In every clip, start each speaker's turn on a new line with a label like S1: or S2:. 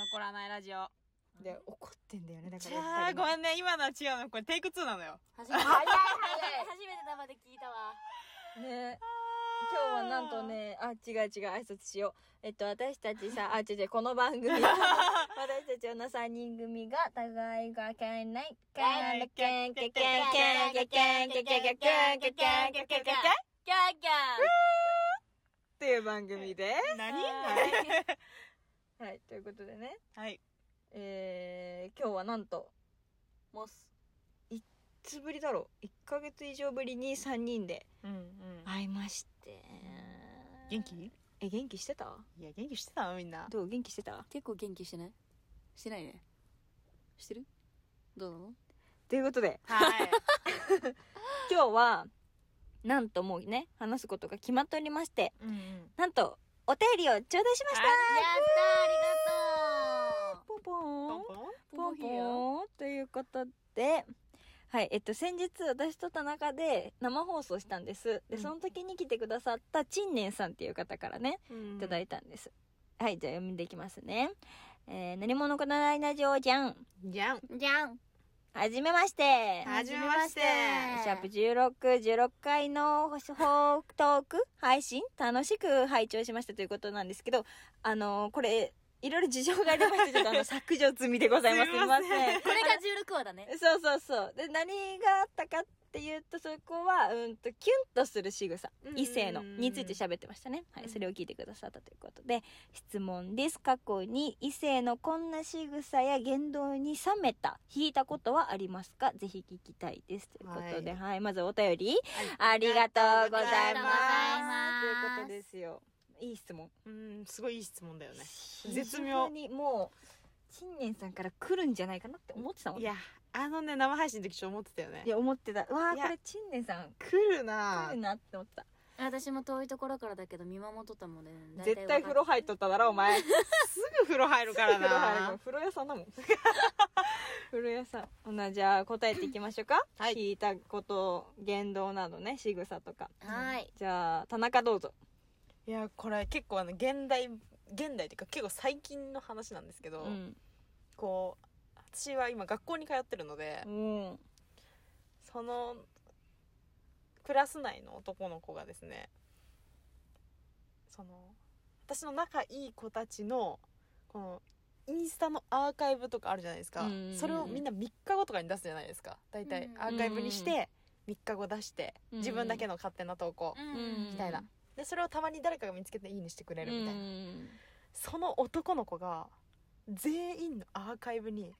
S1: 怒らないラジオ。
S2: で、怒ってんだよね、だか
S1: じ
S2: ら
S1: ゃ
S2: や
S1: あ、
S2: っぱりね。
S1: ごめんね。今のは違うの。これテイク2なのよ。
S3: 初めて、
S2: 早い
S3: 初めて生で聞いたわ。
S2: ね今日はなんとね、あ、違う違う、挨拶しよう。えっと、私たちさ、あ、違う違う、この番組、私たち女3人組が、互いがけんない、け んない、けんけんけんけんけんけんけんけんけんけんけんけんけんけんけん
S3: キャーキャ
S2: っていう番組です。
S1: 何
S3: ー。
S2: はい、ということでね、
S1: はい。
S2: えー、今日はなんと、
S3: モス。
S2: いつぶりだろう、1ヶ月以上ぶりに3人で
S1: うんうん。
S2: 会いまして。
S1: 元気い
S2: え、元気してた
S1: や、元気してたのみんな。
S2: どう元気してた
S3: 結構元気してないしてないね。してるどうなの
S2: ということで、
S1: はい。
S2: 今日は、なんともうね、話すことが決まっておりまして、
S1: うんうん。
S2: なんと、お便りを頂戴しました
S1: は
S3: やったありがと
S2: ポ
S3: う
S2: ンポン
S1: ポンポン
S2: ポンポンということで、はい、えっと、先日私と田中で生放送したんです。で、
S1: うん
S2: その時に来てくださった陳年さんっていう方からね、
S1: い
S2: いただいたんです。はい、じゃあ読んでいきますね。えー、何者かならいなじおじゃん。
S1: じゃん。
S3: じゃん
S2: はじめまして。
S1: はじめまして。
S2: シャープ16、16回の放送トーク配信楽しく拝聴しましたということなんですけど、あのーこれ、いろいろ事情がありまして、ちょっとあの、削除済みでございます。
S1: すい
S2: すい
S1: ま
S2: ま
S1: せ
S2: せ
S1: ん
S2: ん。
S3: これが16話だね。
S2: そうそうそう。で、何があったかっていうと、そこは、うんと、キュンとする仕草
S1: うんうんう、ん
S2: 異性の、について喋ってましたね。は
S1: うん
S2: い、それを聞いてくださったということで、質問です。過去に異性のこんな仕草や言動に冷めた、引いたことはありますかぜひ聞きたいです。ということで、
S1: は
S2: はい、まずお便り、ありがとうございます。
S3: ありがとうございます
S2: ということですよ。いい質問。
S1: うん、すごいいい質問だよね。
S2: 非常にもう、新年さんから来るんじゃないかなって思ってたもん
S1: い
S2: ね。
S1: や、あのね、生配信の時ちょっと思ってたよね
S2: い。や、思ってた。うわあ
S1: いや
S2: これ、陳年さん、
S1: 来るな
S2: 来るなって思った。
S3: 私も遠いところからだけど見守っとったもんね。
S2: 絶対風呂入っとっただろ、お前。
S1: すぐ風呂入るから
S2: 風呂入
S1: な
S2: る風呂屋さんだ もん。風呂屋さん。ほな、じゃあ、答えていきましょうか。
S1: はい
S2: 聞いたこと、言動などね、仕草とか。
S3: はい。
S2: じゃあ、田中どうぞ。
S1: いやこれ結構あの現代現代っていうか結構最近の話なんですけど、
S2: うん。
S1: こう私は今学校に通ってるので、
S2: うん。
S1: そのクラス内の男の子がですねその私の仲いい子たちのこのインスタのアーカイブとかあるじゃないですか、
S2: うんうんうん
S1: それをみんな3日後とかに出すじゃないですか大体
S3: うん
S1: アーカイブにして3日後出して
S2: うん
S1: 自分だけの勝手な投稿
S3: う
S2: うん
S1: みたいな、でそれをたまに誰かが見つけていいねしてくれるみたいな、
S2: うん
S1: その男の子が全員のアーカイブに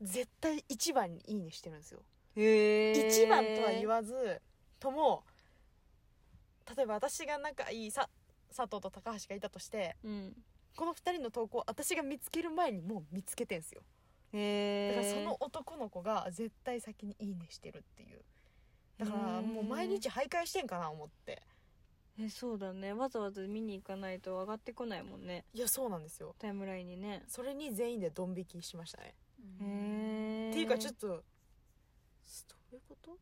S1: 絶対一番にいいねしてるんですよ。
S2: へー
S1: 一番とは言わずとも例えば私が仲いいさ佐藤と高橋がいたとして
S2: うん。
S1: この2人の投稿を私が見つける前にもう見つけてんすよ
S2: へ
S1: だ
S2: ー
S1: からその、男の子が絶対先に「いいね」してるっていうだからもう毎日徘徊してんかな思って
S2: え、そうだね。わざわざ見に行かないと上がってこないもんね。
S1: いやそうなんですよ
S2: タイムラインにね。
S1: それに全員でドン引きしましたね
S2: へ
S3: え。
S2: ー
S1: っていうかちょっとどういうこと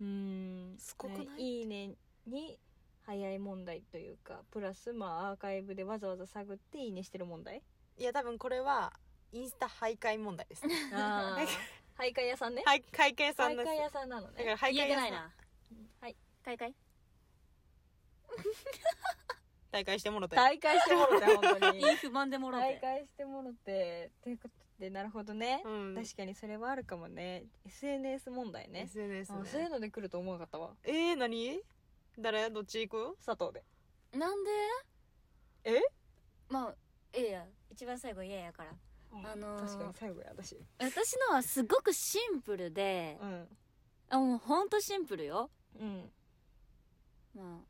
S2: うん
S1: すごくない
S2: いいねに早い問題というかプラスまあアーカイブでわざわざ探っていいねしてる問題
S1: いや多分これはインスタ徘徊問題です ね
S2: ああ徘徊屋さんね
S1: はい会計さ
S2: 徘
S1: んです
S2: 徊屋さんなの
S1: だか
S2: ね
S1: ら徘徊
S3: 言えて
S1: 屋
S3: ない
S1: さん
S3: な。
S2: はい
S3: かいかい
S1: 大会してもろたよ
S2: 徘徊してもろて本当
S3: い
S2: に
S3: い不満でもろ
S2: 徘
S3: て。
S2: 徊してもろてということでなるほどね、
S1: うん
S2: 確かにそれはあるかもね SNS 問題ね
S1: SNS
S2: あそういうので来ると思わなかったわ
S1: えー、何誰どっち行く
S2: 佐藤で
S3: なんで
S1: え
S3: まあ、ええや。一番最後、ええやから。あのー
S2: 確かに最後や私
S3: 私のはすごくシンプルで
S2: う、ん
S3: あ、もうほんとシンプルよ。
S2: うん
S3: ま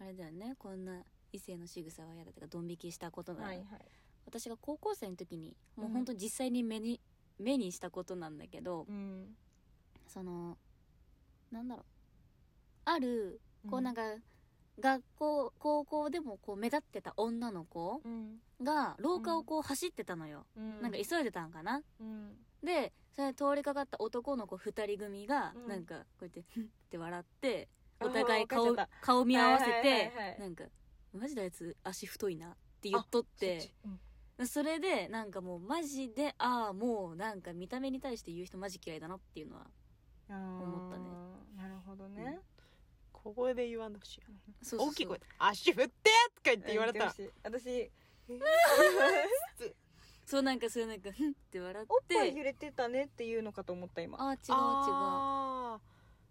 S3: あ、あれだよね。こんな異性の仕草は嫌だとか、ドン引きしたことなの、
S2: はいはい
S3: 私が高校生の時に、もううんほんと実際に目に、目にしたことなんだけど
S2: う、ん
S3: その、なんだろう。ある、こうなん
S2: か
S3: か、学校、高校でもこう目立ってた女の子
S2: うん、
S3: が、廊下をこう走ってたのよ。
S2: うん、
S3: なんか急いでたんかな
S2: うん
S3: でそれ通りかかった男の子2人組が、
S2: うん
S3: なんかこうやってふんって笑って
S2: あ
S3: お互い
S2: わ
S3: 顔
S2: かっちゃっ
S3: 顔見合わせて、
S2: はいはいはいはい
S3: なんか「マジであいつ足太いな」って言っとっ
S2: そってちうん
S3: それでなんかもうマジでああもうなんか見た目に対して言う人マジ嫌いだなっていうのは
S1: 思
S3: ったね
S1: なるほどね、
S3: うん
S1: 小声で言わんでほしいよね
S3: そうそうそう
S1: 大きい声で「足振って!」とか言って言われたら
S2: 言ってほしい私
S3: そうなんかそれなんかふんって笑
S2: おっ
S3: っ
S2: ぱい
S3: て
S2: 揺れてたねっていうのかと思った今
S3: ああ違う違 う
S1: あ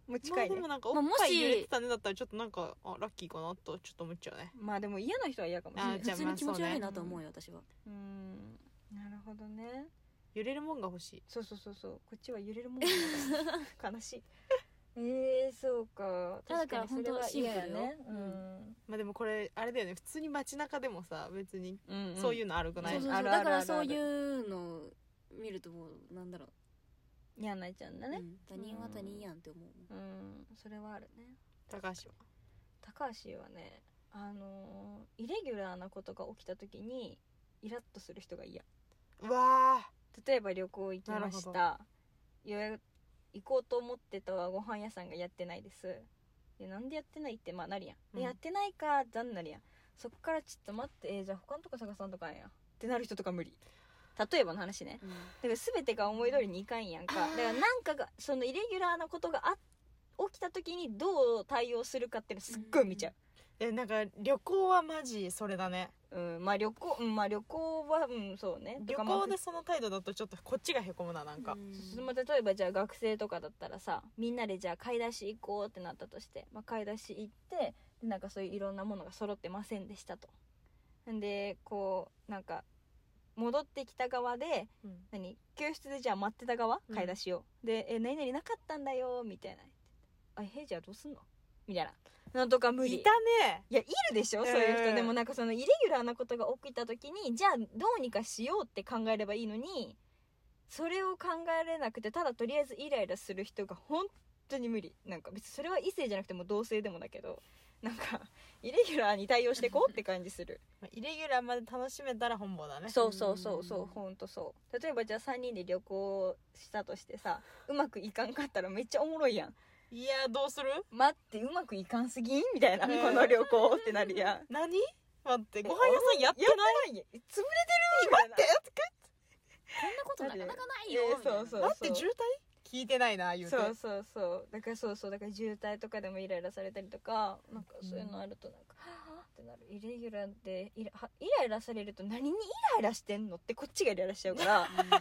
S2: もう
S1: ー
S2: 近い
S1: まあ
S2: ね
S1: でもなんか
S3: ま
S1: お
S3: あ
S1: っ
S3: もし
S1: ぱい揺れてたねだったらちょっとなんかあラッキーかなとちょっと思っちゃうね
S2: まあでも嫌な人は嫌かもしれ
S1: あ
S2: な
S1: ー
S2: い
S1: じゃ
S3: 普
S1: あ
S3: 通に気持ち悪いなと思う
S2: ま
S3: よ私は
S2: うんなるほどね
S1: 揺れるもんが欲しい
S2: そうそうそうそうこっちは揺れるもんだ から悲しいえー、そうか
S3: ただから
S2: 確にそれは嫌や
S3: 本当はシンプルよ
S1: まあでもこれあれだよね普通に街中でもさ別に
S2: うん、ん
S1: そういうのあるく
S3: そう
S1: ない、
S3: そうそう
S2: あるあ
S3: だ
S2: る
S3: か
S2: あるあ
S3: ら
S2: る
S3: そういうのを見るともうなんだろ
S2: 嫌なちゃんだ
S3: う、う
S2: ね
S3: ん、他人は他人やんって思う
S2: うん、それはあるね
S1: 高橋は
S2: 高橋はねあのーイレギュラーなことが起きた時にイラッとする人が嫌
S1: うわあ
S2: 例えば旅行行きまし
S1: な
S2: た予約行こうと思ってたご飯屋さんがやってないですでなんでやってないってまあなるやん、
S1: う
S2: で
S1: ん
S2: やってないかーってなんなるやんそっからちょっと待って、えーじゃあ他のとこ探さんとかんやってなる人とか無理例えばの話ね
S3: うん
S2: だから全てが思い通りにいかんやんかだ
S1: あ
S2: か
S1: ー
S2: らなんかがそのイレギュラーなことがあ起きた時にどう対応するかっていうのすっごい見ちゃう
S1: えなんか旅行はマジそれだね
S2: うん、まあ旅行、うん、まあ旅行は、うん、そうね。
S1: 旅
S2: とかまあ
S1: 行でその態度だとちょっとこっちがへこむななんか、
S2: そまあ、例えばじゃあ学生とかだったらさみんなでじゃあ買い出し行こうってなったとして、まあ、買い出し行ってでなんかそういういろんなものが揃ってませんでしたとんでこうなんか戻ってきた側で
S1: うん
S2: 何教室でじゃあ待ってた側
S1: うん
S2: 買い出しを、で「え何々なかったんだよ」みたいな「あへえじゃあどうすんの?」みたいななんとか無理
S1: いたね
S2: いやいるでしょ、そういう
S1: う
S2: 人
S1: ん
S2: でもなんかそのイレギュラーなことが起きた時にじゃあどうにかしようって考えればいいのにそれを考えれなくてただとりあえずイライラする人が本当に無理なんか別にそれは異性じゃなくても同性でもだけどなんかイレギュラーに対応してこうって感じする
S1: まあイレギュラーまで楽しめたら本望だね
S2: そうそうそうそううん本当そう例えばじゃあ3人で旅行したとしてさうまくいかんかったらめっちゃおもろいやん
S1: いやどうする
S2: 待ってうまくいかんすぎんみたいな
S1: うん
S2: この旅行ってなるやん
S1: 何待ってご飯屋さんやってない
S2: ない潰れてるみたいな
S3: そんなことなかなかないよ
S2: いや
S3: みたいな
S2: そうそう
S1: 待って渋滞聞いてないな言うて
S2: そうそうそうだからそうそうだから渋滞とかでもイライラされたりとかなんかそういうのあるとなんか、はぁってなるイレギュラーでイラはイライラされると何にイライラしてんのってこっちがイライラしちゃうからなんか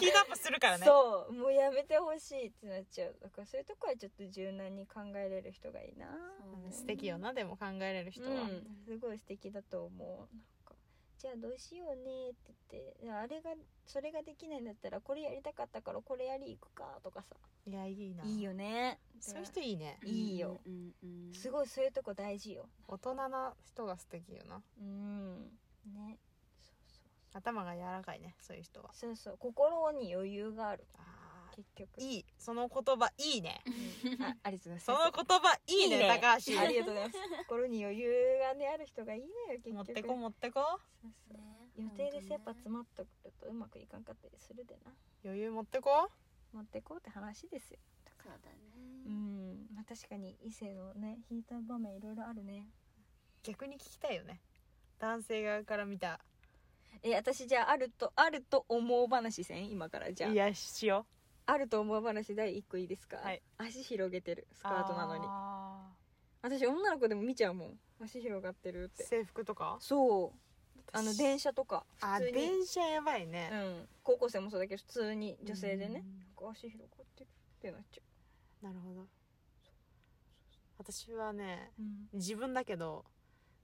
S1: ヒートアップするからね
S2: そうもうやめてほしいってなっちゃうだからそういうとこはちょっと柔軟に考えれる人がいいな
S3: そうね
S1: 素敵よなでも考えれる人は、
S2: うん、すごい素敵だと思うなんかじゃあどうしようねって言ってあれがそれができないんだったらこれやりたかったからこれやり行くかとかさ
S1: いやいいない
S2: いよね
S1: そういう人いいね
S3: うん
S2: いいよ
S3: うんうん
S2: すごいそういうとこ大事よ
S1: 大人な人が素敵よな
S2: うんね
S1: 頭が柔らかいねそういう人は
S2: そうそうそうそう心に余裕がある
S1: あ
S2: 結局
S1: ーいいその言葉いいね
S2: うんあありがとうございます
S1: その言葉いいね
S2: いいね
S1: 高橋
S2: ありがとうございます心に余裕がねある人がいいのよ結局
S1: 持ってこ持ってこ
S2: そうそう
S3: ね
S2: 予定でやっぱ
S3: 本当
S2: 詰まっとくるとうまくいかんかったりするでな
S1: 余裕持ってこ
S2: 持ってこうって話ですよ
S3: そうだね
S2: うんまあ確かに異性のね引いた場面いろいろあるね
S1: 逆に聞きたいよね男性側から見た
S2: え私じゃああるとあると思う話せん今からじゃあ
S1: やしよ
S2: あると思う話第一個いいですか、
S1: はい
S2: 足広げてるス
S1: ス
S2: カートなのに私女の子でも見ちゃうもん足広がってるって
S1: 制服とか
S2: そうあの電
S1: 車
S2: 車とか
S1: あ
S2: 普通に
S1: 電車やばいね、
S2: うん高校生もそうだけど普通に女性でね
S1: うん
S2: なんか足広がってるってなっちゃ
S1: なるほど私はね
S2: う、
S1: 自分だけど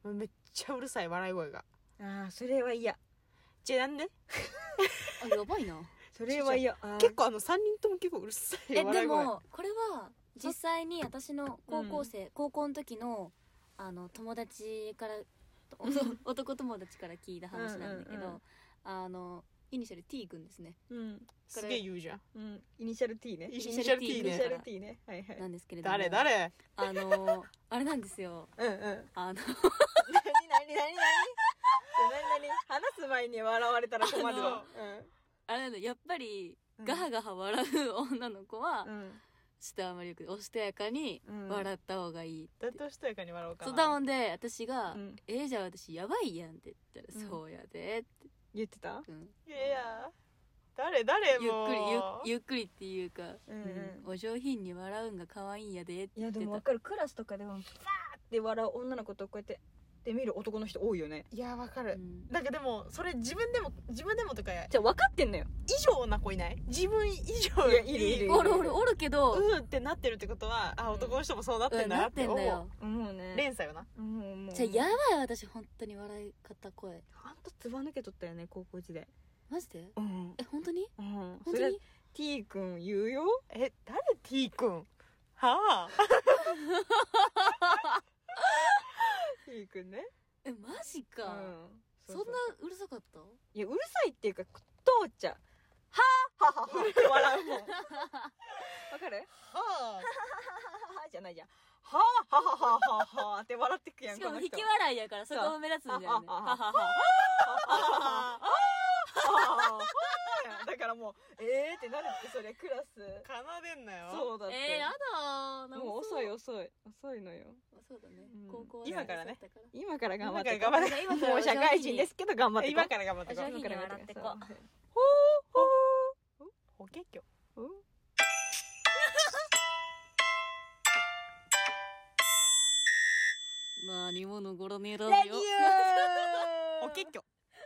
S1: めっちゃうるさい笑い声が
S2: ああそれは嫌
S1: じゃあなんで
S3: あやばいな
S2: それは嫌あー
S1: 結構あの3人とも結構うるさい
S3: え
S1: 笑
S3: で
S1: い声
S3: もこれは実際に私の高校生、高校の時のあの友達からお男友達から聞いた話なんだけど、
S2: うんうんうん
S3: あのイニシャル T 君ですね
S2: うん
S1: すげえ言うじゃん
S2: うんイニシャル T ね
S1: イ
S3: ニ
S1: ニ
S3: シ
S1: シャ
S3: ャ
S1: ル
S3: ル T
S1: T
S2: イニシ
S1: ね
S2: ャル T ねはいはい
S3: なんですけれども
S1: 誰誰
S3: あのあれなんですよ
S2: うんうん何何
S3: あの
S2: 何何何話す前に笑われたら困るわ
S3: あれなんだやっぱり
S2: うん
S3: ガハガハ笑う女の子は、
S2: うん
S3: ちょっとあんまりよくおしとやかに
S2: うん
S3: 笑った方がいい、
S1: だっておしとやかに笑おうかな
S3: そうだもんで私が
S2: う
S3: 「
S2: ん
S3: えーじゃあ私やばいやん」って言ったら「
S2: うん
S3: そうやで」って
S2: 言ってた
S3: うん、
S1: いや誰誰
S3: ゆっ
S1: も
S3: くりゆっ
S1: っ
S3: ゆっくりっていうか、
S2: うんうん
S3: お上品に笑うんが可愛いんやでって
S2: い
S3: 言
S2: や
S3: って
S2: で
S3: た
S2: もわかるクラスとかでもファーって笑う女の子とこうやってで見る男の人多いよね
S1: いやわか
S3: う
S1: る、
S3: ん
S1: なんかでもそれ自分でも自分でもとか
S2: じゃあ分かってんのよ
S1: 以上な子いない自分以上
S2: いやいるいるいる
S3: おるおるおるけど、
S1: うーってなってるってことはあ男の人もそうなって
S3: うんん
S1: だな
S3: な
S1: っ
S3: って
S1: て
S3: ん
S1: 思
S3: だ
S1: う
S3: よ
S2: もうね
S1: 連鎖よな
S2: もうもう
S3: じゃあやばい私本当に笑い方声
S2: あんたつば抜けとったよね高校時代
S3: マジで
S2: うん
S3: え本当に
S2: うんそ
S3: 本
S2: れ
S3: 当
S2: は
S3: に
S2: T 君言うよ
S1: え誰 T 君はあ
S2: T 君ね
S3: えマジ
S2: う
S3: か、そ
S2: うん
S3: なうるさかった
S2: いやうるさいっていうか父ちゃんはあはあはあって笑うもんわかる
S1: は
S2: はあはあじゃないじゃんはあはあはあはあはあって笑ってくやん
S3: しかも
S2: この
S3: 引
S2: 人
S3: き笑いやからそこも目立つんだよね
S2: そう
S3: ははは
S1: あ
S2: だからも うえーってなるってそれクラス
S1: 奏でんなよ
S2: そうだって、
S3: えー、やだー
S2: もう遅い遅い遅いのよ
S3: そうだね、
S2: うん
S3: 高校は
S1: 今からね
S3: そうだった
S2: 今から頑張って
S1: 今から頑張
S3: って今から
S2: もう社会人ですけど頑張って
S1: 今から頑張って
S3: あ
S1: こ
S3: 上
S1: う
S3: 品に笑ってこ
S2: ほ
S1: 法華経
S2: うほう
S3: 何も残らねえだ
S2: レディ
S3: よ
S2: オ
S1: 法華経